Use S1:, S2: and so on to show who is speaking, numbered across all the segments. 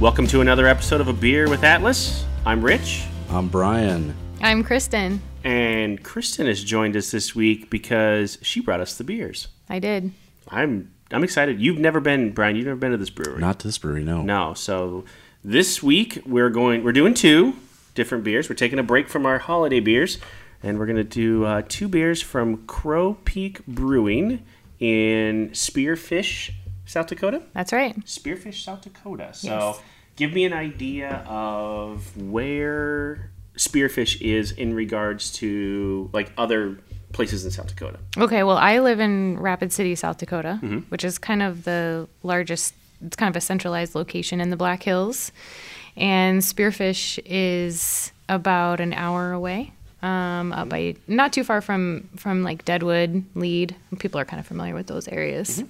S1: Welcome to another episode of A Beer with Atlas. I'm Rich,
S2: I'm Brian.
S3: I'm Kristen.
S1: and Kristen has joined us this week because she brought us the beers.
S3: I did.
S1: I'm I'm excited. You've never been, Brian. You've never been to this brewery.
S2: Not this brewery, no.
S1: No. So this week we're going. We're doing two different beers. We're taking a break from our holiday beers, and we're going to do uh, two beers from Crow Peak Brewing in Spearfish, South Dakota.
S3: That's right.
S1: Spearfish, South Dakota. So,
S3: Yes.
S1: give me an idea of where Spearfish is in regards to like other places in South Dakota.
S3: Okay, well, I live in Rapid City, South Dakota, which is kind of the largest, it's kind of a centralized location in the Black Hills. And Spearfish is about an hour away. Um, up by not too far from from like Deadwood, Lead. People are kind of familiar with those areas.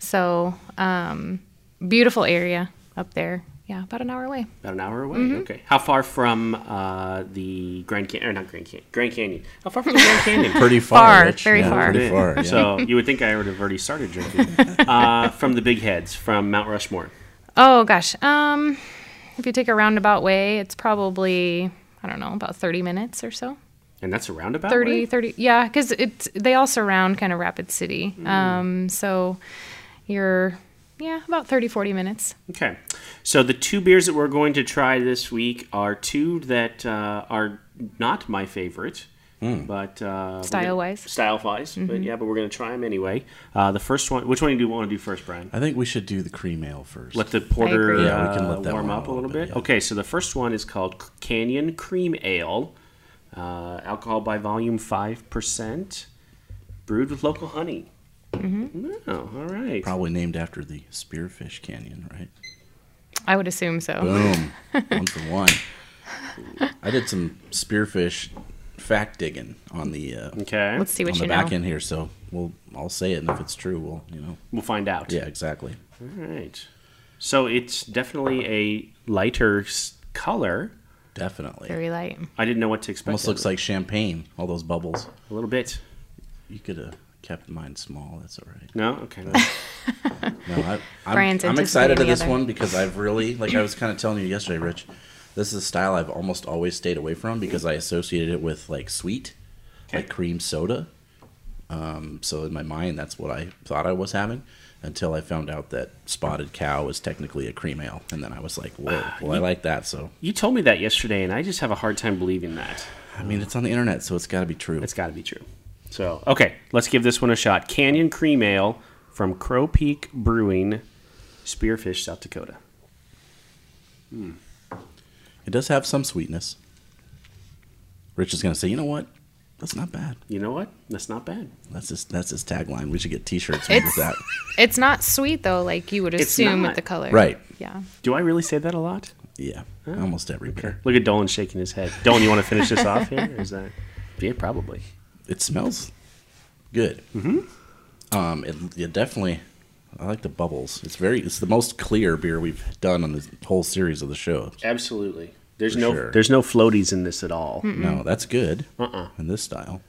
S3: So, um, beautiful area up there. Yeah, about an hour away.
S1: About an hour away. Okay. How far from uh, the Grand Canyon? Or not Grand Canyon. Grand Canyon. How far from the Grand Canyon?
S2: Pretty far.
S3: Far,
S2: Rich.
S3: very
S2: Yeah,
S3: far.
S2: Pretty far. Yeah.
S1: So you would think I would have already started drinking uh, from the Big Heads from Mount Rushmore.
S3: Oh gosh. Um, if you take a roundabout way, it's probably I don't know about 30 minutes or so.
S1: And that's a roundabout.
S3: 30,
S1: way?
S3: 30. Yeah, because it's they all surround kind of Rapid City.
S1: Mm.
S3: Um, so you're yeah about 30, 40 minutes.
S1: Okay. So the two beers that we're going to try this week are two that uh, are not my favorite,
S2: Hmm.
S1: but uh,
S3: Style-wise? Mm-hmm.
S1: style wise. But yeah, but we're going to try them anyway. Uh, the first one. Which one do you want to do first, Brian?
S2: I think we should do the cream ale first.
S1: Let the porter
S3: agree.
S2: Yeah, we can
S1: uh,
S2: let that
S1: warm
S2: one
S1: up a
S2: a
S1: little
S2: little
S1: bit.
S2: bit, yeah.
S1: Okay, so the first one is called C- Canyon Cream Ale, uh, alcohol by volume five percent, brewed with local honey. Mm-hmm. Oh, all right.
S2: Probably named after the Spearfish Canyon, right?
S3: I would assume so.
S2: Boom. one for one. I did some Spearfish fact digging on the uh,
S1: Okay,
S3: Let's see
S2: on
S3: what
S2: the
S3: you
S2: back
S3: know.
S2: end here, so we'll I'll say it, and if it's true, we'll you know.
S1: we'll find out.
S2: Yeah, exactly.
S1: All right. So it's definitely a lighter s- color.
S2: Definitely.
S3: Very light.
S1: I didn't know what to expect.
S2: Almost looks
S1: of it.
S2: like champagne. All those bubbles.
S1: a little bit.
S2: You could have kept mine small. That's all right.
S1: No, okay.
S2: No, I, I'm,
S3: Brian's
S2: I'm excited to
S3: anticipating the
S2: this
S3: other.
S2: one because I've really, like I was kind of telling you yesterday, Rich, this is a style I've almost always stayed away from because I associated it with like sweet, like cream soda. Um, so in my mind, that's what I thought I was having until I found out that Spotted Cow was technically a cream ale. And then I was like, whoa, well, I like that. So,
S1: you told me that yesterday, and I just have a hard time believing that.
S2: I mean, it's on the internet, so it's got to be true.
S1: It's got to be true. So, okay, let's give this one a shot. Canyon Cream Ale from Crow Peak Brewing, Spearfish, South Dakota.
S2: It does have some sweetness. Rich is going to say, you know what? That's not bad.
S1: You know what? That's not bad.
S2: That's his, that's his tagline. We should get t-shirts with
S3: It's-
S2: that.
S3: It's not sweet though, like you would
S1: It's
S3: assume
S1: not.
S3: with the color.
S2: Right.
S3: Yeah.
S1: Do I really say that a lot?
S2: Yeah, almost every beer.
S1: Look at Dolan shaking his head. Dolan, you want to finish this off here? Or is that? Yeah, probably.
S2: It smells good. Mm-hmm. Um, it, it definitely. I like the bubbles. It's very. It's the most clear beer we've done on this whole series of the show.
S1: Absolutely. There's
S2: For
S1: no
S2: sure. Hmm.
S1: there's no floaties in this at all.
S2: No, that's good
S1: Uh-uh.
S2: in this style.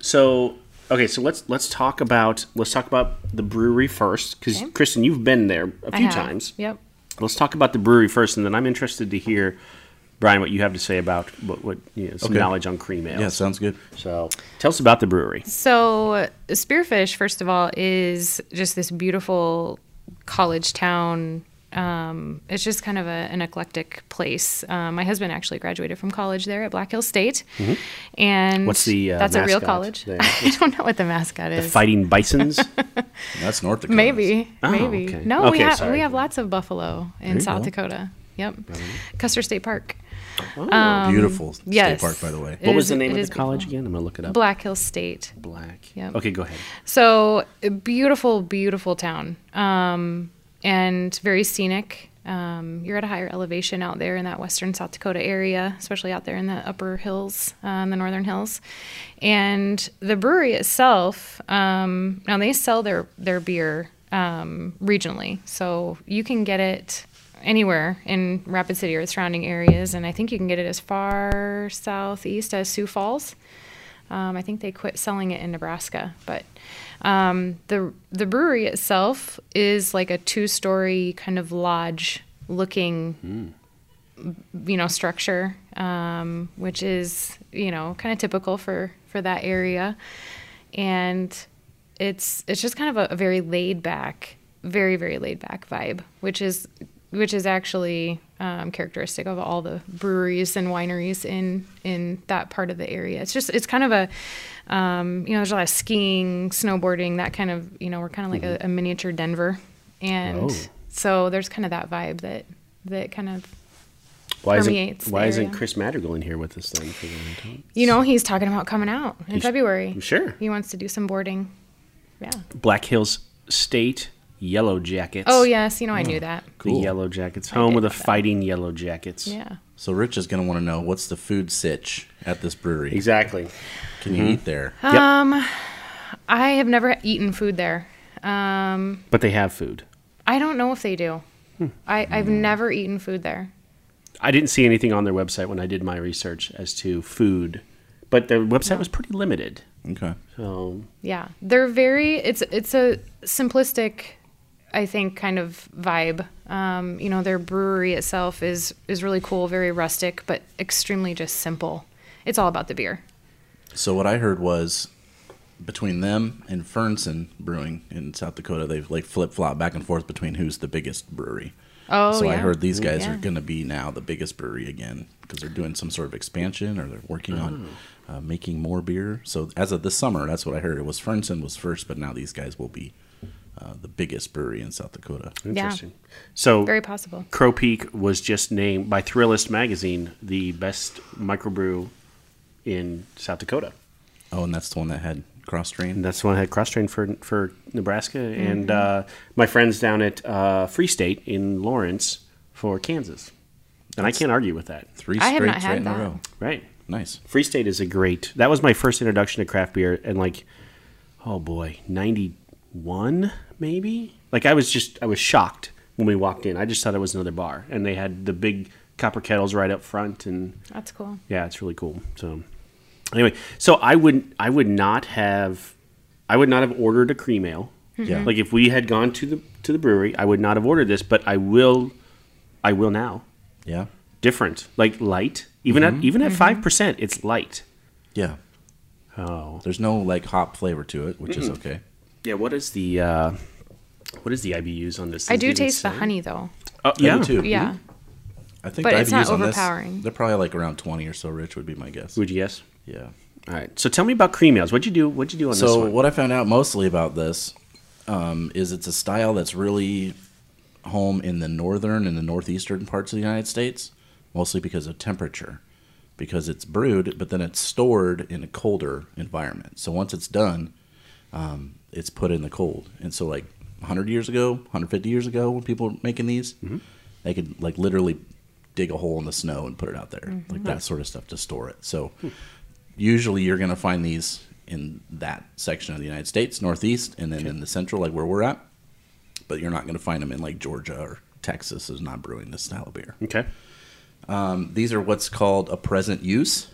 S1: So okay, so let's let's talk about let's talk about the brewery first because
S3: Okay.
S1: Kristen, you've been there a
S3: I
S1: few
S3: have.
S1: times.
S3: Yep.
S1: Let's talk about the brewery first, and then I'm interested to hear, Brian, what you have to say about what, what you know, some
S2: Okay.
S1: knowledge on cream ale.
S2: Yeah, sounds good.
S1: So tell us about the brewery.
S3: So, Spearfish, first of all, is just this beautiful college town. Um, it's just kind of a, an eclectic place. Um, my husband actually graduated from college there at Black Hill State, and
S1: Mm-hmm. What's the, uh,
S3: that's a real
S1: mascot
S3: college.
S1: there?
S3: I don't know what the mascot is.
S1: Fighting Bisons.
S2: That's North Dakota.
S3: Maybe,
S1: Oh,
S3: maybe.
S1: okay.
S3: No, we
S1: Okay,
S3: have
S1: sorry.
S3: we have lots of buffalo
S2: you
S3: in South
S2: go.
S3: Dakota. Yep, Custer State Park.
S1: um,
S2: Beautiful
S3: yes.
S2: state park, by the way.
S3: Um, It
S1: Oh. what was
S3: is-
S1: the name
S3: it
S1: of the
S3: is
S1: college
S3: beautiful.
S1: again? I'm gonna look it up.
S3: Black Hill State.
S1: Black.
S3: Yep.
S1: Okay, go ahead.
S3: So a beautiful, beautiful town, um, and very scenic. Um, you're at a higher elevation out there in that western South Dakota area, especially out there in the upper hills, uh, in the northern hills. And the brewery itself, um, now they sell their their beer um, regionally, so you can get it anywhere in Rapid City or the surrounding areas, and I think you can get it as far southeast as Sioux Falls. Um, I think they quit selling it in Nebraska, but um, the the brewery itself is like a two story kind of lodge looking, you know, structure, um, which is you know kind of typical for for that area, and it's it's just kind of a, a very laid back, very very laid back vibe, which is which is actually um, characteristic of all the breweries and wineries in in that part of the area. It's just it's kind of a um, you know there's a lot of skiing, snowboarding, that kind of you know we're kind of like a, a miniature Denver, and
S1: Oh.
S3: so there's kind of that vibe that that kind of
S1: Why isn't,
S3: permeates the
S1: why isn't
S3: area.
S1: Chris Madrigal in here with us then? For the one time?
S3: you know he's talking about coming out in
S1: He's-
S3: February.
S1: I'm sure.
S3: he wants to do some boarding. Yeah.
S1: Black Hills State Yellow Jackets.
S3: Oh yes, you know I knew that.
S1: The
S2: Cool.
S1: Yellow Jackets, home
S3: did
S1: of the
S3: love that.
S1: Fighting Yellow Jackets.
S3: Yeah.
S2: So Rich is going to want to know what's the food sitch at this brewery?
S1: Exactly.
S2: Can you eat there?
S3: Um, I have never eaten food there. Um,
S1: But they have food.
S3: I don't know if they do.
S2: Hmm.
S3: I, I've never eaten food there.
S1: I didn't see anything on their website when I did my research as to food, but their website was pretty limited.
S2: Okay.
S1: So
S3: Yeah, they're very. It's it's a simplistic, I think, kind of vibe. Um, you know, their brewery itself is is really cool, very rustic, but extremely just simple. It's all about the beer.
S2: So what I heard was between them and Fernson Brewing in South Dakota, they've like flip flop back and forth between who's the biggest brewery.
S3: Oh
S2: so
S3: yeah.
S2: I heard these guys
S3: Yeah.
S2: are going to be now the biggest brewery again because they're doing some sort of expansion or they're working on uh, making more beer. So as of this summer, that's what I heard. It was Fernson was first, but now these guys will be uh, the biggest brewery in South Dakota.
S1: interesting. So
S3: Very possible.
S1: Crow Peak was just named by Thrillist magazine the best microbrew in South Dakota.
S2: Oh, and that's the one that had cross
S1: And
S2: train.
S1: that's the one I had cross trained for for Nebraska and uh, my friends down at uh, Free State in Lawrence for Kansas. And I can't argue with that.
S2: Three
S3: I
S2: straights
S3: have not had
S2: right in
S3: that.
S2: a row.
S1: Right.
S2: Nice.
S1: Free State is a great. That was my first introduction to craft beer, and like, oh boy, ninety one maybe. Like I was just I was shocked when we walked in. I just thought it was another bar, and they had the big copper kettles right up front, and
S3: That's cool.
S1: yeah, it's really cool. So anyway, so I would I would not have I would not have ordered a cream ale.
S2: Yeah.
S1: Like if we had gone to the to the brewery, I would not have ordered this, but I will I will now.
S2: Yeah.
S1: Different. Like light. Even at even at 5%, it's light.
S2: Yeah.
S1: Oh.
S2: There's no like hop flavor to it, which is okay.
S1: Yeah, what is the uh what is the IBUs on this? Does
S3: I
S1: it
S3: do
S1: even
S3: taste the
S1: say?
S3: honey though.
S1: Oh,
S2: I do
S1: yeah.
S2: too.
S3: Yeah.
S1: Mm-hmm.
S2: I think
S3: But
S2: the
S3: it's not
S2: IBUs on this,
S3: overpowering.
S2: they're probably like around 20 or so rich would be my guess.
S1: Would you guess?
S2: yeah.
S1: All right. So tell me about cream ales. What'd you do? What'd you do on this
S2: So
S1: one?
S2: what I found out mostly about this um, is it's a style that's really home in the northern and the northeastern parts of the United States, mostly because of temperature, because it's brewed, but then it's stored in a colder environment. So once it's done, um, it's put in the cold, and so like 100 years ago, 150 years ago, when people were making these,
S1: Mm-hmm.
S2: they could like literally dig a hole in the snow and put it out there, like that sort of stuff to store it. So
S1: Hmm.
S2: usually you're going to find these in that section of the United States, Northeast, and then in the Central, like where we're at. But you're not going to find them in like Georgia or Texas is not brewing this style of beer.
S1: Okay.
S2: These are what's called a present use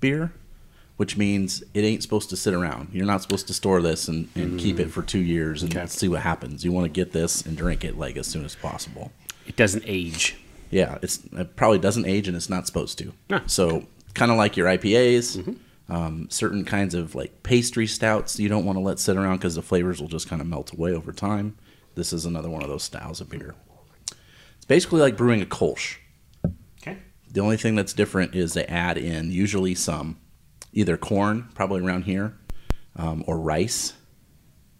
S2: beer, which means it ain't supposed to sit around. You're not supposed to store this and, and keep it for two years and
S1: Okay.
S2: see what happens. You want to get this and drink it like as soon as possible.
S1: It doesn't age.
S2: Yeah, it's it probably doesn't age and it's not supposed to.
S1: Ah,
S2: so kind of like your IPAs, um, certain kinds of like pastry stouts you don't want to let sit around because the flavors will just kind of melt away over time. This is another one of those styles of beer. It's basically like brewing a Kolsch.
S1: Okay.
S2: The only thing that's different is they add in usually some either corn, probably around here, um, or rice.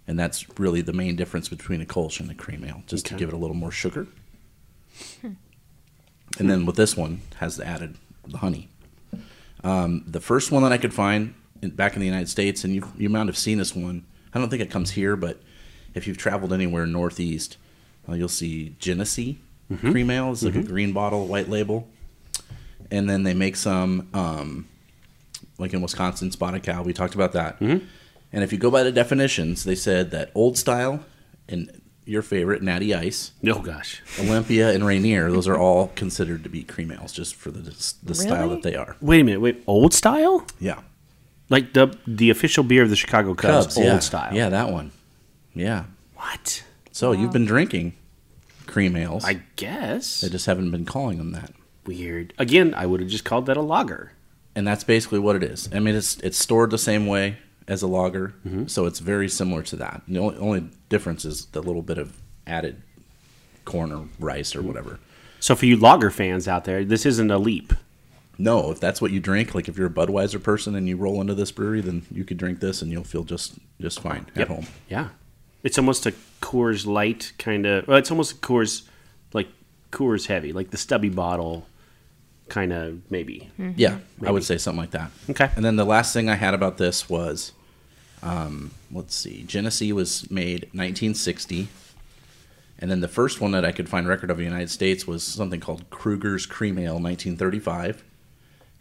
S2: And that's really the main difference between a Kolsch and a cream ale, just to
S1: Okay.
S2: give it a little more sugar. And then with this one has the added the honey. Um, the first one that I could find in, back in the United States, and you you might have seen this one. I don't think it comes here, but if you've traveled anywhere northeast, uh, you'll see Genesee cream ale. It's like a green bottle, white label, and then they make some um, like in Wisconsin, spotted cow. We talked about that.
S1: Mm-hmm.
S2: And if you go by the definitions, they said that old style and your favorite natty ice
S1: Oh gosh.
S2: Olympia and Rainier, those are all considered to be cream ales just for the, the style
S3: Really?
S2: that they are.
S1: Wait a minute. Wait. Old style?
S2: Yeah.
S1: Like the the official beer of the Chicago Cubs, old
S2: yeah.
S1: style.
S2: Yeah, that one. Yeah.
S1: What?
S2: So you've been drinking cream ales.
S1: I guess.
S2: they just haven't been calling them that.
S1: Weird. Again, I would have just called that a lager.
S2: and that's basically what it is. I mean, it's it's stored the same way as a lager, so it's very similar to that. The only, only difference is the little bit of added corn or rice or whatever.
S1: So for you lager fans out there, this isn't a leap.
S2: No, if that's what you drink, like if you're a Budweiser person and you roll into this brewery, then you could drink this and you'll feel just just fine at home.
S1: Yeah. It's almost a Coors Light kind of. Well, it's almost a Coors, like Coors Heavy, like the stubby bottle, kind of maybe.
S2: Yeah, I would say something like that.
S1: Okay.
S2: And then the last thing I had about this was, um, let's see, Genesee was made 1960, and then the first one that I could find record of in the United States was something called Kruger's Cream Ale 1935,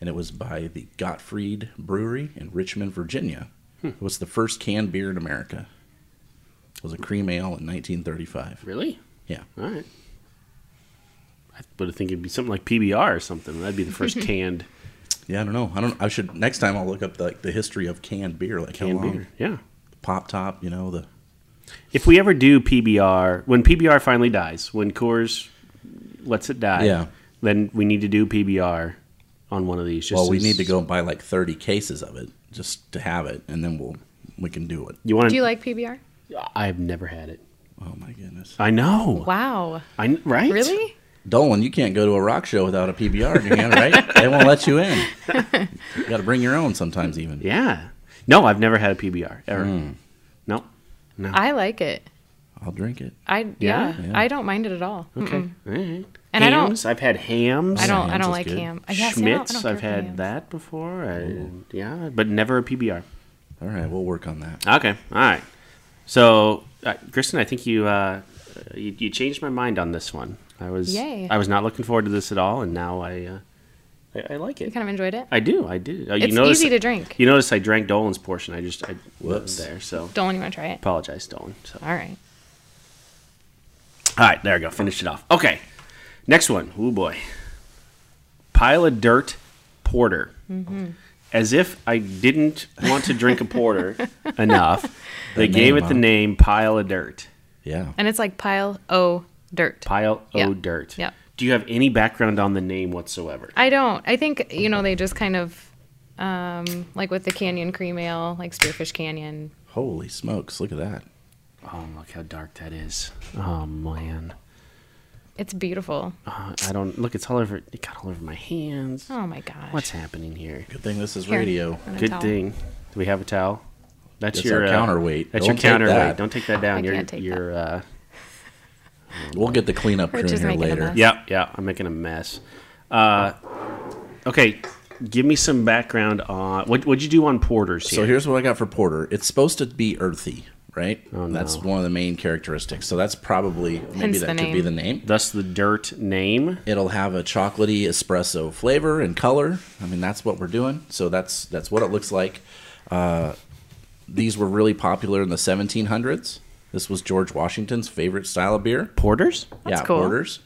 S2: and it was by the Gottfried Brewery in Richmond, Virginia.
S1: Hmm.
S2: It was the first canned beer in America. It was a cream ale in 1935.
S1: Really?
S2: Yeah.
S1: All right. I would think it'd be something like PBR or something. That'd be the first canned
S2: Yeah, I don't know. I don't. I should next time I'll look up like the history of canned beer, like
S1: canned
S2: how long
S1: beer. Yeah.
S2: pop top, you know the.
S1: If we ever do PBR, when PBR finally dies, when Coors lets it die,
S2: Yeah.
S1: then we need to do PBR on one of these. Just
S2: Well, we
S1: as-
S2: need to go and buy like 30 cases of it just to have it, and then we'll we can do it.
S1: You want?
S3: Do you like PBR?
S1: I've never had it.
S2: Oh my goodness,
S1: I know.
S3: Wow.
S1: I kn- right?
S3: Really?
S2: Dolan, you can't go to a rock show without a PBR in your hand, right? They won't let you in. You got to bring your own sometimes, even.
S1: Yeah. No, I've never had a PBR ever. No.
S3: I like it.
S2: I'll drink it.
S3: I
S1: Yeah?
S3: yeah,
S2: Yeah.
S3: I don't mind it at all.
S1: Okay.
S3: Mm-mm.
S1: All right.
S3: Hmm. And I don't-
S1: hams. have had hams.
S3: I don't.
S2: Hams
S3: I don't
S2: is
S3: like
S2: good.
S3: ham. I guess I don't- I
S1: Schmitz.
S3: don't
S1: I've
S3: care for
S1: had
S3: ham.
S1: that before. I- yeah, but never a PBR.
S2: All right, we'll work on that.
S1: Okay. All right. So, uh, Kristen, I think you, uh, you you changed my mind on this one. I was
S3: Yay.
S1: I was not looking forward to this at all, and now I uh, I, I like
S3: You
S1: it.
S3: kind of enjoyed it.
S1: I do. I do. Uh, you
S3: It's
S1: notice-
S3: easy to drink.
S1: You notice I drank Dolan's portion. I just I
S2: Whoops.
S1: there. So
S3: Dolan, you want to try it?
S1: apologize, Dolan. So
S3: All right.
S1: all right, there we go. Finish it off. Okay. Next one. Oh boy. Pile of dirt porter.
S3: Mm-hmm.
S1: As if I didn't want to drink a porter enough, they
S2: That
S1: gave
S2: name,
S1: it the
S2: huh?
S1: name pile of dirt.
S2: Yeah.
S3: And it's like pile o dirt.
S1: Pile O
S3: Yeah.
S1: Dirt.
S3: Yeah.
S1: Do you have any background on the name whatsoever?
S3: I don't. I think you know they just kind of um, like with the Canyon Cream Ale, like Spearfish Canyon.
S2: Holy smokes, look at that.
S1: Oh, look how dark that is. Oh man,
S3: It's beautiful.
S1: Uh, I don't look. It's all over. It got all over my hands.
S3: Oh my gosh.
S1: What's happening here?
S2: Good thing this is
S3: Here.
S2: radio.
S3: And a
S1: Good
S3: towel.
S1: thing. Do we have a towel? That's
S2: That's
S1: your
S2: our
S1: uh,
S2: counterweight.
S1: That's
S2: Don't
S1: your
S2: take
S1: counterweight.
S2: that.
S1: Don't take that down.
S3: I
S1: you're
S3: can't take
S1: you're. Uh,
S2: We'll get the cleanup crew
S3: Rich
S2: in
S3: is
S2: here
S3: making a
S2: later.
S3: mess.
S1: yeah, yeah. I'm making a mess. Uh, okay, give me some background on what what'd you do on porters here?
S2: So here's what I got for Porter. It's supposed to be earthy, right?
S1: Oh,
S2: That's
S1: no.
S2: one of the main characteristics. So that's probably maybe
S3: Hence
S2: that
S3: the
S2: could
S3: name.
S2: be the name.
S1: Thus the dirt name.
S2: It'll have a chocolatey espresso flavor and color. I mean, that's what we're doing. So that's that's what it looks like. Uh, these were really popular in the 1700s. This was George Washington's favorite style of beer.
S1: Porters.
S3: That's
S2: yeah,
S3: cool.
S2: porters.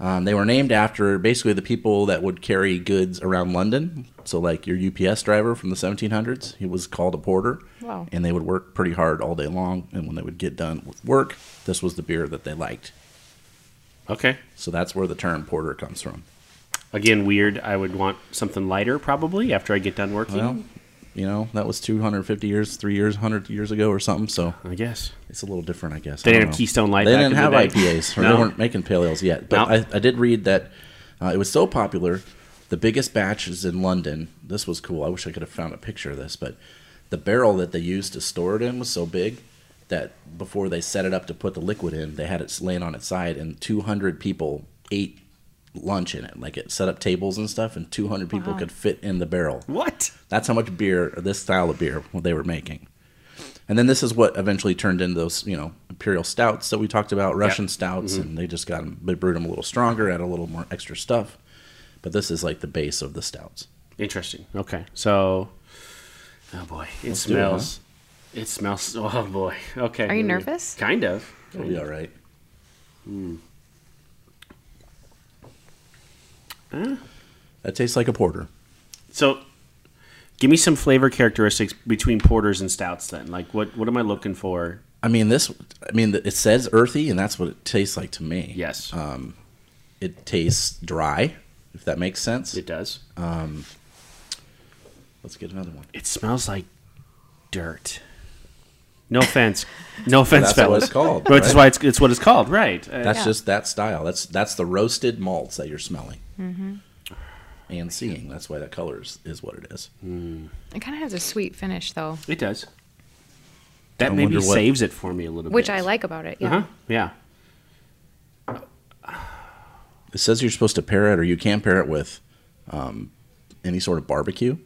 S2: Um, they were named after basically the people that would carry goods around London. So, like your UPS driver from the 1700s, he was called a porter.
S3: Wow.
S2: And they would work pretty hard all day long. And when they would get done with work, this was the beer that they liked.
S1: Okay.
S2: So that's where the term porter comes from.
S1: Again, weird. I would want something lighter probably after I get done working.
S2: Well, you know, that was 250 years, three years, 100 years ago or something. So
S1: I guess.
S2: it's a little different, I guess.
S1: They
S2: I
S1: didn't
S2: don't
S1: have
S2: know.
S1: Keystone Light
S2: They
S1: back
S2: didn't
S1: in
S2: have
S1: the day.
S2: IPAs. Or
S1: No.
S2: They weren't making pale ales yet. But
S1: No.
S2: I, I did read that uh, it was so popular. The biggest batch is in London. This was cool. I wish I could have found a picture of this, but the barrel that they used to store it in was so big that before they set it up to put the liquid in, they had it laying on its side, and 200 people ate lunch in it. Like it set up tables and stuff, and 200 people
S3: Wow.
S2: could fit in the barrel.
S1: What?
S2: That's how much beer, this style of beer, what they were making. And then this is what eventually turned into those, you know, imperial stouts that we talked about, Russian stouts,
S1: Mm-hmm.
S2: and they just got them, they brewed them a little stronger, add a little more extra stuff. But this is like the base of the stouts.
S1: Interesting. Okay. So, oh boy, it
S2: do it, huh?
S1: smells. It, smells. Oh boy. Okay.
S3: Are you
S1: here we go.
S3: nervous?
S1: Kind of.
S2: It'll be all right.
S1: Mm.
S2: That Eh. tastes like a porter.
S1: So, give me some flavor characteristics between porters and stouts. Then, like, what what am I looking for
S2: I mean, this. I mean, it says earthy, and that's what it tastes like to me.
S1: Yes,
S2: Uh, It tastes dry, if that makes sense.
S1: it does.
S2: uh, Let's get another one.
S1: It smells like dirt. No offense, no offense,
S2: That's what
S1: fellas.
S2: it's called,
S1: Which is
S2: right?
S1: why it's, it's what it's called, right? Uh,
S2: That's just that style. That's that's the roasted malts that you're smelling and seeing. That's why that color is, is what it is.
S3: It kind of has a sweet finish though,
S1: it does. That
S2: I
S1: maybe
S2: wonder what-
S1: saves it for me a little
S3: which
S1: bit.
S3: I like about it. Yeah.
S1: Uh huh. Yeah.
S2: It says you're supposed to pair it, or you can pair it with um, any sort of barbecue.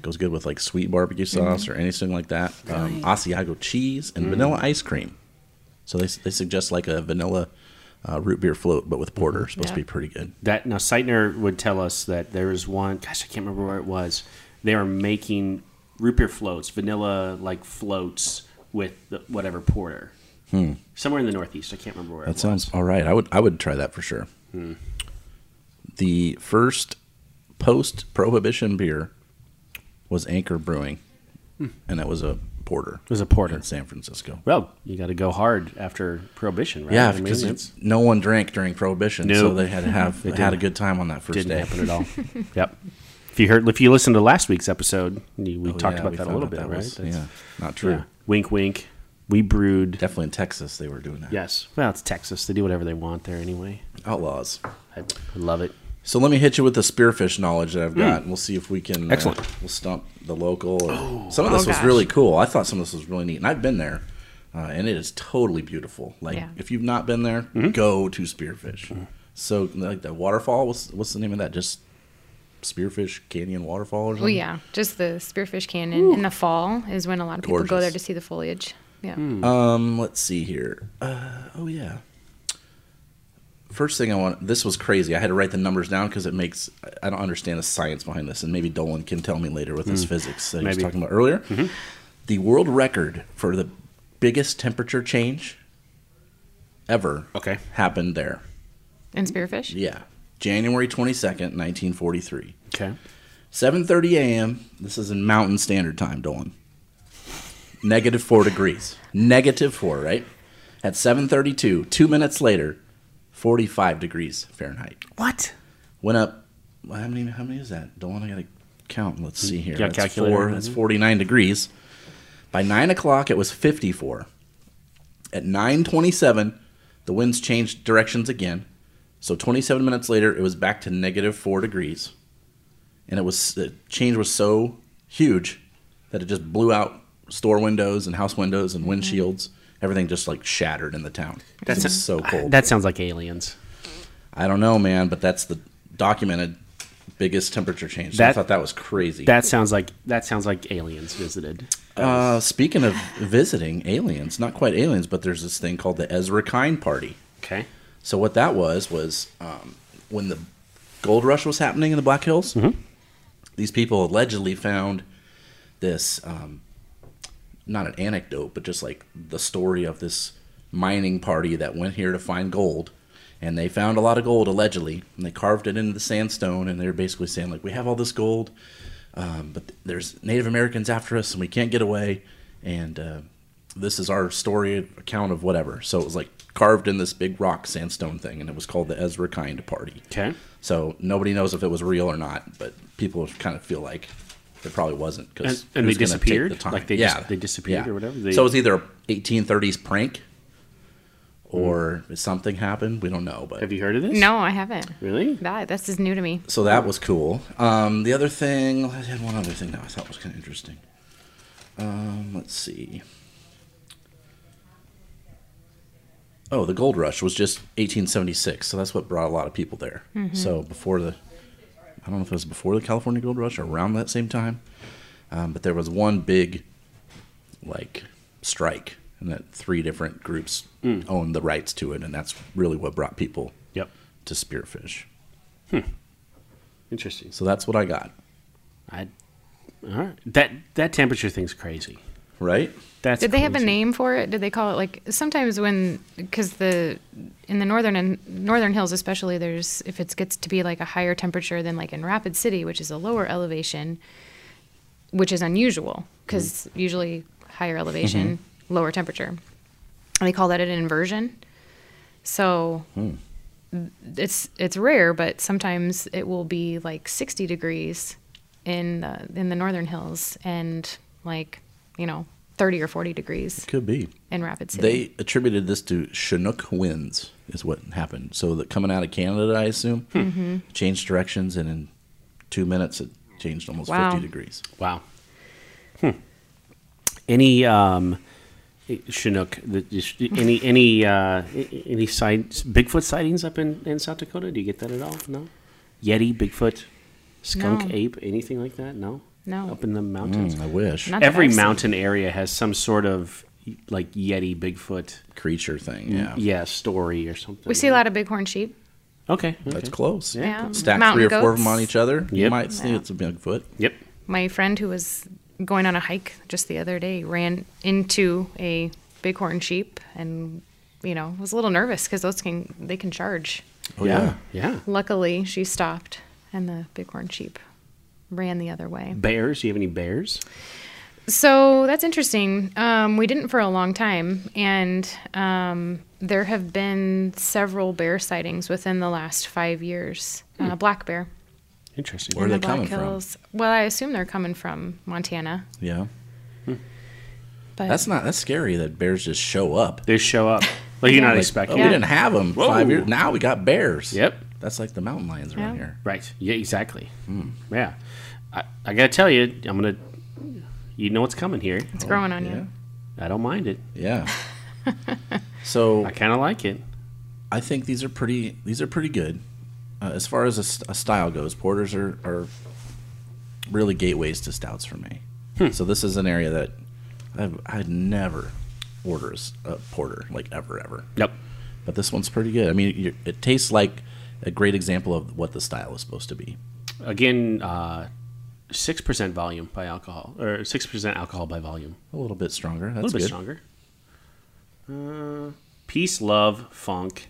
S2: Goes good with like sweet barbecue sauce or anything like that. Um, Asiago cheese and vanilla ice cream. So they, they suggest like a vanilla uh, root beer float, but with porter. Supposed to
S3: Yeah.
S2: be pretty good.
S1: That now Seitner would tell us that there was one. Gosh, I can't remember where it was. They were making root beer floats, vanilla like floats with the, whatever porter.
S2: Hmm.
S1: Somewhere in the Northeast. I can't remember where.
S2: That
S1: it was.
S2: sounds all right. I would I would try that for sure.
S1: Hmm.
S2: The first post prohibition beer was Anchor Brewing,
S1: Hmm.
S2: and that was a porter.
S1: It was a porter.
S2: in San Francisco.
S1: Well, you got to go hard after prohibition, right?
S2: Yeah,
S1: I mean,
S2: because
S1: it's-
S2: no one drank during prohibition, so
S1: Nope.
S2: they had to have they had a good time on that 1st
S1: didn't
S2: day.
S1: happen at all. yep. If you heard, if you listened to last week's episode, you- we
S2: Oh,
S1: talked
S2: yeah,
S1: about
S2: we
S1: that a
S2: found
S1: little
S2: out
S1: bit,
S2: that
S1: right?
S2: was-
S1: That's-
S2: yeah, not true.
S1: yeah. Wink, wink. We brewed.
S2: Definitely in Texas they were doing that.
S1: Yes. Well, it's Texas. They do whatever they want there anyway.
S2: Outlaws.
S1: I, I love it.
S2: So let me hit you with the spearfish knowledge that I've
S3: Hmm.
S2: got, and we'll see if we can. uh,
S1: Excellent.
S2: we'll stump the local. Or, some of this
S3: Oh,
S2: was
S3: gosh.
S2: really cool. I thought some of this was really neat, and I've been there, uh, and it is totally beautiful. Like
S3: Yeah.
S2: if you've not been there,
S3: Hmm?
S2: go to Spearfish. So like the waterfall. What's what's the name of that? Just Spearfish Canyon Waterfall or something.
S3: Well, yeah, just the Spearfish Canyon in the fall is when a lot of people go
S2: Gorgeous.
S3: there to see the foliage. Yeah.
S2: Um, let's see here. Uh, oh yeah. First thing I want. This was crazy. I had to write the numbers down because it makes. I- I don't understand the science behind this, and maybe Dolan can tell me later with his physics that he was
S1: Hmm. Maybe. Mm-hmm.
S2: talking about earlier. The world record for the biggest temperature change ever
S1: Okay.
S2: happened there.
S3: And Spearfish?
S2: Yeah, January twenty second, nineteen forty three.
S1: Okay.
S2: 7:30 a.m. This is in Mountain Standard Time, Dolan. Negative four degrees. Negative four, right? At 7:32, two minutes later, 45 degrees Fahrenheit.
S1: What?
S2: Went up. well, How many? How many is that, Dolan? I gotta count. Let's see here.
S1: got a
S2: that's
S1: calculator?
S2: four. That's 49 degrees. By nine o'clock, it was 54. At 9:27, the winds changed directions again. So 27 minutes later, it was back to negative four degrees, and it was the change was so huge that it just blew out store windows and house windows and windshields. Everything just like shattered in the town. That's
S1: That's
S2: so cold.
S1: That sounds like aliens.
S2: I don't know, man, but that's the documented biggest temperature change. So I
S1: That-
S2: thought that was crazy.
S1: That sounds like that sounds like aliens visited.
S2: uh, speaking of visiting aliens, not quite aliens, but there's this thing called the Ezra Kine Party.
S1: Okay.
S2: So what that was was um, when the gold rush was happening in the Black Hills,
S1: Mm-hmm.
S2: these people allegedly found this um, not an anecdote, but just like the story of this mining party that went here to find gold. And they found a lot of gold allegedly, and they carved it into the sandstone. And they're basically saying like, "We have all this gold, um, but th- there's Native Americans after us, and we can't get away. And uh, this is our story account of whatever." So it was like carved in this big rock sandstone thing, and it was called the Ezra Kind Party.
S1: Okay.
S2: So nobody knows if it was real or not, but people kind of feel like it probably wasn't because
S1: And- and they disappeared? Like, they dis- they disappeared or whatever? They-
S2: So it was either a 1830s prank or something happened. We don't know, but
S1: Hmm. Have you heard of this?
S3: No, I haven't.
S1: Really?
S3: That this is new to me.
S2: so that was cool. Um, the other thing, I had one other thing that I thought was kind of interesting. Um, let's see. Oh, the gold rush was just 1876, so that's what brought a lot of people there. So before the, I don't know if it was before the California Gold Rush or around that same time, um, but there was one big, like, strike, and that three different groups owned the rights to it, and that's really what brought people
S1: Yep.
S2: to spearfish.
S1: Interesting.
S2: So that's what I got.
S1: I. All right. That that temperature thing's crazy.
S2: right?
S1: That's
S3: Did they have a
S1: crazy.
S3: name for it? Did they call it like sometimes when because the in the northern and northern hills especially there's if it gets to be like a higher temperature than like in Rapid City, which is a lower
S2: Mm-hmm.
S3: elevation, which is unusual because usually higher elevation lower temperature. And they call that an inversion. So
S1: Hmm.
S3: th- it's it's rare, but sometimes it will be like 60 degrees in the in the northern hills and like you know 30 or 40 degrees
S2: Could be.
S3: in Rapid City.
S2: They attributed this to Chinook winds, is what happened. So that coming out of Canada, I assume,
S3: Mm-hmm.
S2: changed directions, and in two minutes it changed almost
S3: Wow.
S2: 50 degrees.
S1: Wow. Hmm. Any um, Chinook? the- just- Any any uh, any sightings? Bigfoot sightings up in, in South Dakota? Do you get that at all? No. Yeti, Bigfoot, skunk,
S3: No.
S1: ape, anything like that? No.
S3: No.
S1: Up in the mountains.
S2: Mm, I wish.
S3: Not- that
S1: Every
S3: I've seen.
S1: mountain area has some sort of like Yeti, Bigfoot,
S2: Creature thing, yeah.
S1: yeah, story or something.
S3: we see a lot of bighorn sheep.
S1: Okay.
S2: That's
S1: okay.
S2: close.
S3: Yeah.
S2: Stack
S3: Mountain
S2: three or four of them
S3: goats.
S2: on each other. You
S1: Yep.
S2: might see it's a Bigfoot.
S1: Yep.
S3: My friend who was going on a hike just the other day ran into a bighorn sheep and you know was a little nervous because those can they can charge.
S2: Oh,
S1: yeah. Yeah.
S3: Luckily, she stopped, and the bighorn sheep ran the other
S2: Mm.
S3: way.
S1: Bears? Do you have any bears?
S3: So that's interesting. Um, we didn't for a long time, and um, there have been several bear sightings within the last five years. Uh, black bear.
S1: Interesting.
S2: Hmm. Where are
S3: in
S2: they
S3: the Black
S2: coming from?
S3: Hills. Well, I assume they're coming from Montana,
S2: Yeah.
S3: but
S2: That's not, that's scary that bears just show up.
S1: They show up. Like you're not
S2: Like,
S1: expecting.
S2: oh,
S3: Yeah.
S2: We didn't have them five
S1: Whoa.
S2: years. Now we got bears.
S1: Yep.
S2: That's like the mountain lions around
S3: Yeah.
S2: here.
S1: Right. Yeah, exactly. Yeah. I, I got to tell you, I'm going to, you know what's coming here.
S3: it's growing on
S2: Yeah.
S3: you.
S1: I don't mind it.
S2: Yeah. so
S1: I kind of like it.
S2: I think these are pretty. These are pretty good, uh, as far as a, st- a style goes. Porters are, are really gateways to stouts for me.
S1: Hmm.
S2: So this is an area that I've, I'd never order as a porter like ever ever.
S1: Yep.
S2: But this one's pretty good. I mean, you it tastes like a great example of what the style is supposed to be.
S1: Again, uh, 6% volume by alcohol, or 6% alcohol by volume.
S2: A little bit stronger. That's
S1: A little bit
S2: good.
S1: stronger. Uh, peace, love, funk.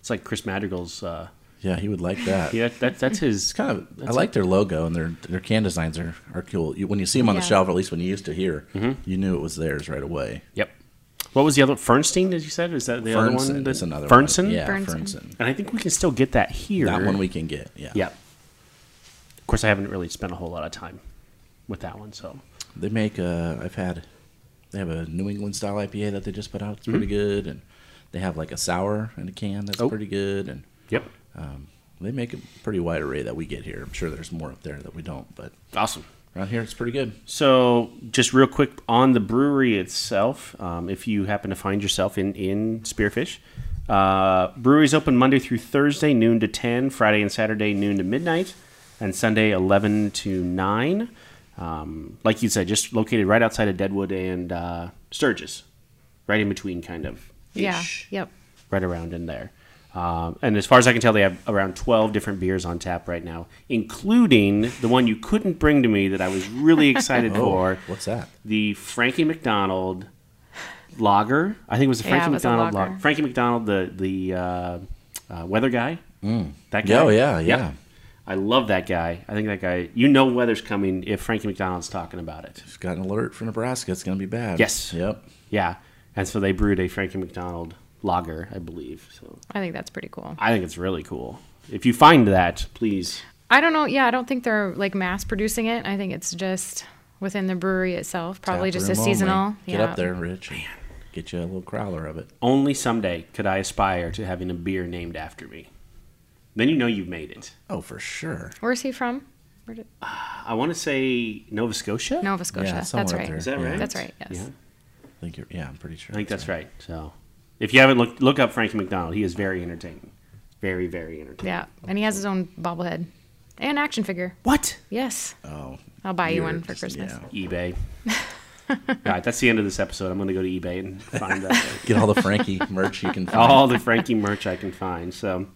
S1: It's like Chris Madrigal's. Uh,
S2: Yeah, he would like that.
S1: yeah, that, that's his.
S2: It's kind of. I like their logo and their their can designs are are cool. You, when you see them on the
S3: Yeah.
S2: shelf, or at least when you used to here,
S1: Mm-hmm.
S2: you knew it was theirs right away.
S1: Yep. What was the other? Fernstein, as you said? Is that the other one?
S2: Fernson
S1: that-
S2: is another
S1: Fernson?
S2: one. Yeah,
S3: Fernson.
S2: Fernson.
S1: And I think we can still get that here.
S2: That one we can get. Yeah.
S1: Yeah. Of course, I haven't really spent a whole lot of time with that one, so
S2: They make uh I've had they have a New England style IPA that they just put out. It's pretty good and they have like a sour in a can that's
S1: Hmm. Oh.
S2: pretty good and um,
S1: yep,
S2: they make a pretty wide array that we get here. I'm sure there's more up there that we don't, but
S1: awesome.
S2: around here it's pretty good.
S1: So, just real quick on the brewery itself, um, if you happen to find yourself in in Spearfish, uh, brewery's open Monday through Thursday noon to ten, Friday and Saturday noon to midnight, and Sunday eleven to nine. Um, like you said, just located right outside of Deadwood and uh, Sturgis, right in between, kind of.
S3: Yeah.
S1: Ish.
S3: Yep.
S1: right around in there. Um, and as far as I can tell, they have around 12 different beers on tap right now, including the one you couldn't bring to me that I was really excited
S3: Oh.
S1: for
S2: Oh, What's that?
S1: the Frankie McDonald lager. I think it was the
S3: Yeah,
S1: Frankie
S3: it was a
S1: McDonald
S3: lager.
S1: lager. Frankie McDonald, the, the uh, uh, weather guy.
S3: Mm.
S1: That guy.
S2: Yeah, oh, yeah,
S1: Yep.
S2: yeah.
S1: I love that guy. I think that guy, you know, weather's coming if Frankie McDonald's talking about it.
S2: Just got an alert for Nebraska. It's gonna be bad.
S1: Yes.
S2: Yep.
S1: Yeah. And so they brewed a Frankie McDonald lager, I believe. So
S3: I think that's pretty cool.
S1: I think it's really cool. If you find that, please.
S3: I don't know. Yeah, I don't think they're like mass producing it. I think it's just within the brewery itself, probably just a
S2: Tap room only.
S3: seasonal.
S2: Get
S3: yeah.
S2: up there, Rich. and Get you a little crowler of it.
S1: Only someday could I aspire to having a beer named after me. Then you know you've made it.
S2: Oh, for sure.
S3: Where's he from? Where did,
S1: I want to say Nova Scotia.
S3: Nova Scotia.
S2: somewhere
S3: that's
S2: up
S3: right.
S2: there.
S1: Is that
S2: Yeah.
S1: right?
S3: That's right. Yes.
S1: Yeah,
S2: I think you're. Yeah, I'm pretty sure.
S1: I think that's right. So, if you haven't looked, look up Frankie McDonald. He is very entertaining. Very, very entertaining.
S3: Yeah, and he has his own bobblehead and action figure.
S1: What?
S3: Yes,
S2: Oh,
S3: I'll buy you
S2: you're
S3: one for
S2: just-
S3: Christmas.
S2: yeah.
S1: eBay. All right, that's the end of this episode. I'm going to go to eBay and find uh,
S2: Get all the Frankie merch you can find.
S1: all the Frankie merch I can find. So,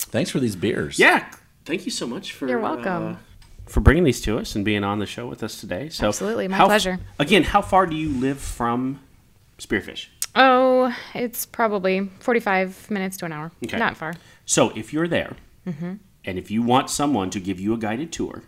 S2: Thanks for these beers.
S1: yeah, thank you so much for
S3: You're welcome.
S1: uh, for bringing these to us and being on the show with us today. So
S3: Absolutely, my
S1: how-
S3: pleasure.
S1: Again, how far do you live from Spearfish?
S3: Oh, it's probably 45 minutes to an hour.
S1: Okay.
S3: Not far.
S1: So if you're there,
S3: Mm-hmm.
S1: and if you want someone to give you a guided tour,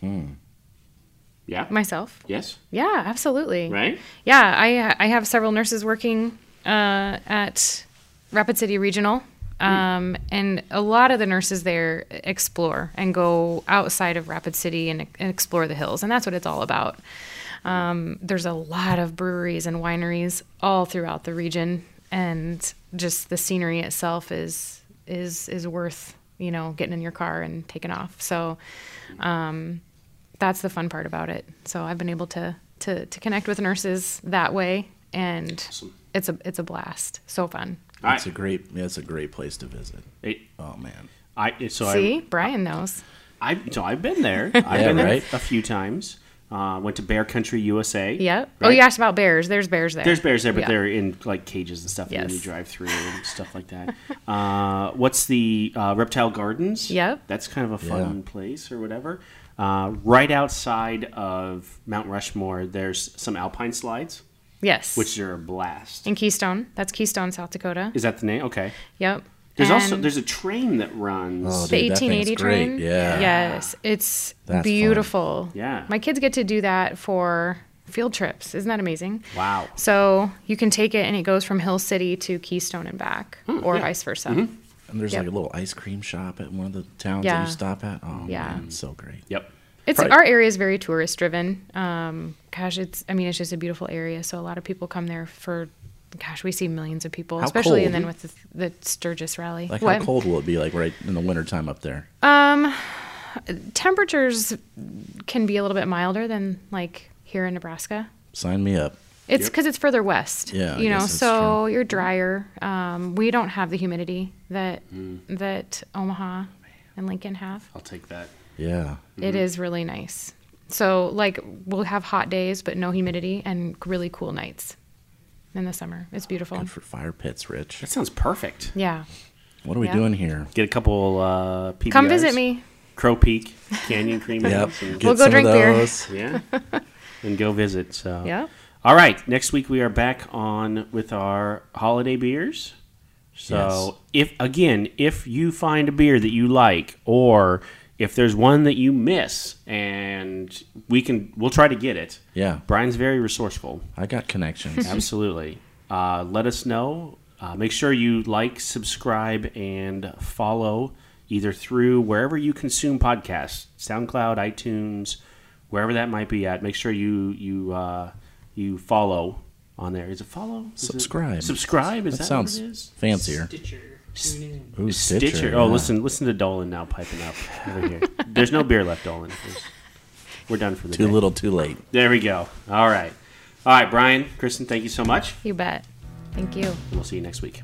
S1: Yeah.
S3: myself.
S1: yes.
S3: Yeah, absolutely.
S1: Right.
S3: Yeah, I I have several nurses working uh, at Rapid City Regional,
S1: Hmm.
S3: um, and a lot of the nurses there explore and go outside of Rapid City and, and explore the hills, and that's what it's all about. Um, there's a lot of breweries and wineries all throughout the region, and just the scenery itself is is is worth you know getting in your car and taking off. So um, that's the fun part about it. So I've been able to to to connect with nurses that way, and it's a it's a blast. So fun.
S1: I-
S2: It's a great. yeah, It's a great place to visit.
S1: It-
S2: Oh man.
S1: I so I-
S3: See, Brian knows.
S1: I so I've been there. I've been there
S2: right?
S1: a few times. Uh, went to Bear Country USA.
S3: Yep. Oh,
S1: Right?
S3: you asked about bears. There's bears there.
S1: There's bears there, but
S3: Yeah.
S1: they're in like cages and stuff, and then you
S3: Yes.
S1: drive through and stuff like that. uh, what's the uh, Reptile Gardens?
S3: Yep.
S1: that's kind of a fun place or whatever. Uh, right outside of Mount Rushmore, there's some alpine slides,
S3: Yes.
S1: which are a blast.
S3: in Keystone. That's Keystone, South Dakota.
S1: Is that the name? Okay.
S3: Yep.
S1: There's also
S3: And
S1: there's a train that runs.
S2: Oh,
S3: the
S2: dude, that thing's
S3: 1880
S2: great.
S3: train.
S2: Yeah.
S3: Yes, it's
S2: That's fun.
S3: beautiful.
S1: Yeah.
S3: My kids get to do that for field trips. Isn't that amazing?
S1: Wow.
S3: So you can take it and it goes from Hill City to Keystone and back,
S2: Hmm,
S3: or vice versa.
S2: And there's
S3: Yep.
S2: like a little ice cream shop at one of the towns that
S3: Yeah.
S2: you stop at. Oh
S3: Yeah.
S2: man, it's so great.
S1: Yep.
S3: It's
S2: Probably-
S3: our area is very tourist driven. Um, gosh, it's I mean it's just a beautiful area, so a lot of people come there for. Gosh, we see millions of people,
S2: How
S3: especially
S2: cold?
S3: and then with the, the Sturgis rally.
S2: Like
S3: What? Uh.
S2: how cold will it be like right in the wintertime up there?
S3: Temperatures can be a little bit milder than like here in Nebraska.
S2: Sign me up.
S3: It's because it's further west.
S2: Yeah, I
S3: you know,
S2: guess that's
S3: so you're drier. Um, we don't have the humidity that
S2: Hmm.
S3: that Omaha and Lincoln have.
S1: I'll take that.
S2: Yeah.
S3: It is really nice. So like we'll have hot days but no humidity and really cool nights in the summer. It's beautiful.
S2: Good for fire pits, Rich.
S1: That sounds perfect.
S3: Yeah.
S2: What are we
S3: Yeah.
S2: doing here?
S1: Get a couple uh, PBRs.
S3: Come visit me.
S1: Crow Peak Canyon Cream.
S2: Yep.
S1: Ale, and-
S2: Get
S3: We'll go
S2: some
S3: drink
S2: of
S3: beer.
S2: those.
S1: yeah and go visit so
S3: Yeah.
S1: all right next week we are back on with our holiday beers so if again if you find a beer that you like or if there's one that you miss and we can we'll try to get it
S2: Yeah.
S1: brian's very resourceful
S2: I got connections.
S1: absolutely uh, let us know uh, make sure you like subscribe and follow either through wherever you consume podcasts soundcloud itunes wherever that might be at make sure you you uh, you follow on there is it follow Is it-
S2: Subscribe.
S1: subscribe is that,
S2: that
S1: what it
S2: sounds
S1: is?
S2: fancier.
S4: Stitcher. Tune in.
S2: Ooh,
S1: Stitcher.
S2: Stitcher.
S1: Oh,
S2: yeah.
S1: listen, listen to Dolan now piping up over here. There's no beer left, Dolan. There's- We're done for the
S2: Too
S1: day.
S2: little, too late.
S1: There we go. All right, all right, Brian, Kristen, thank you so much.
S3: You bet. Thank you.
S1: We'll see you next week.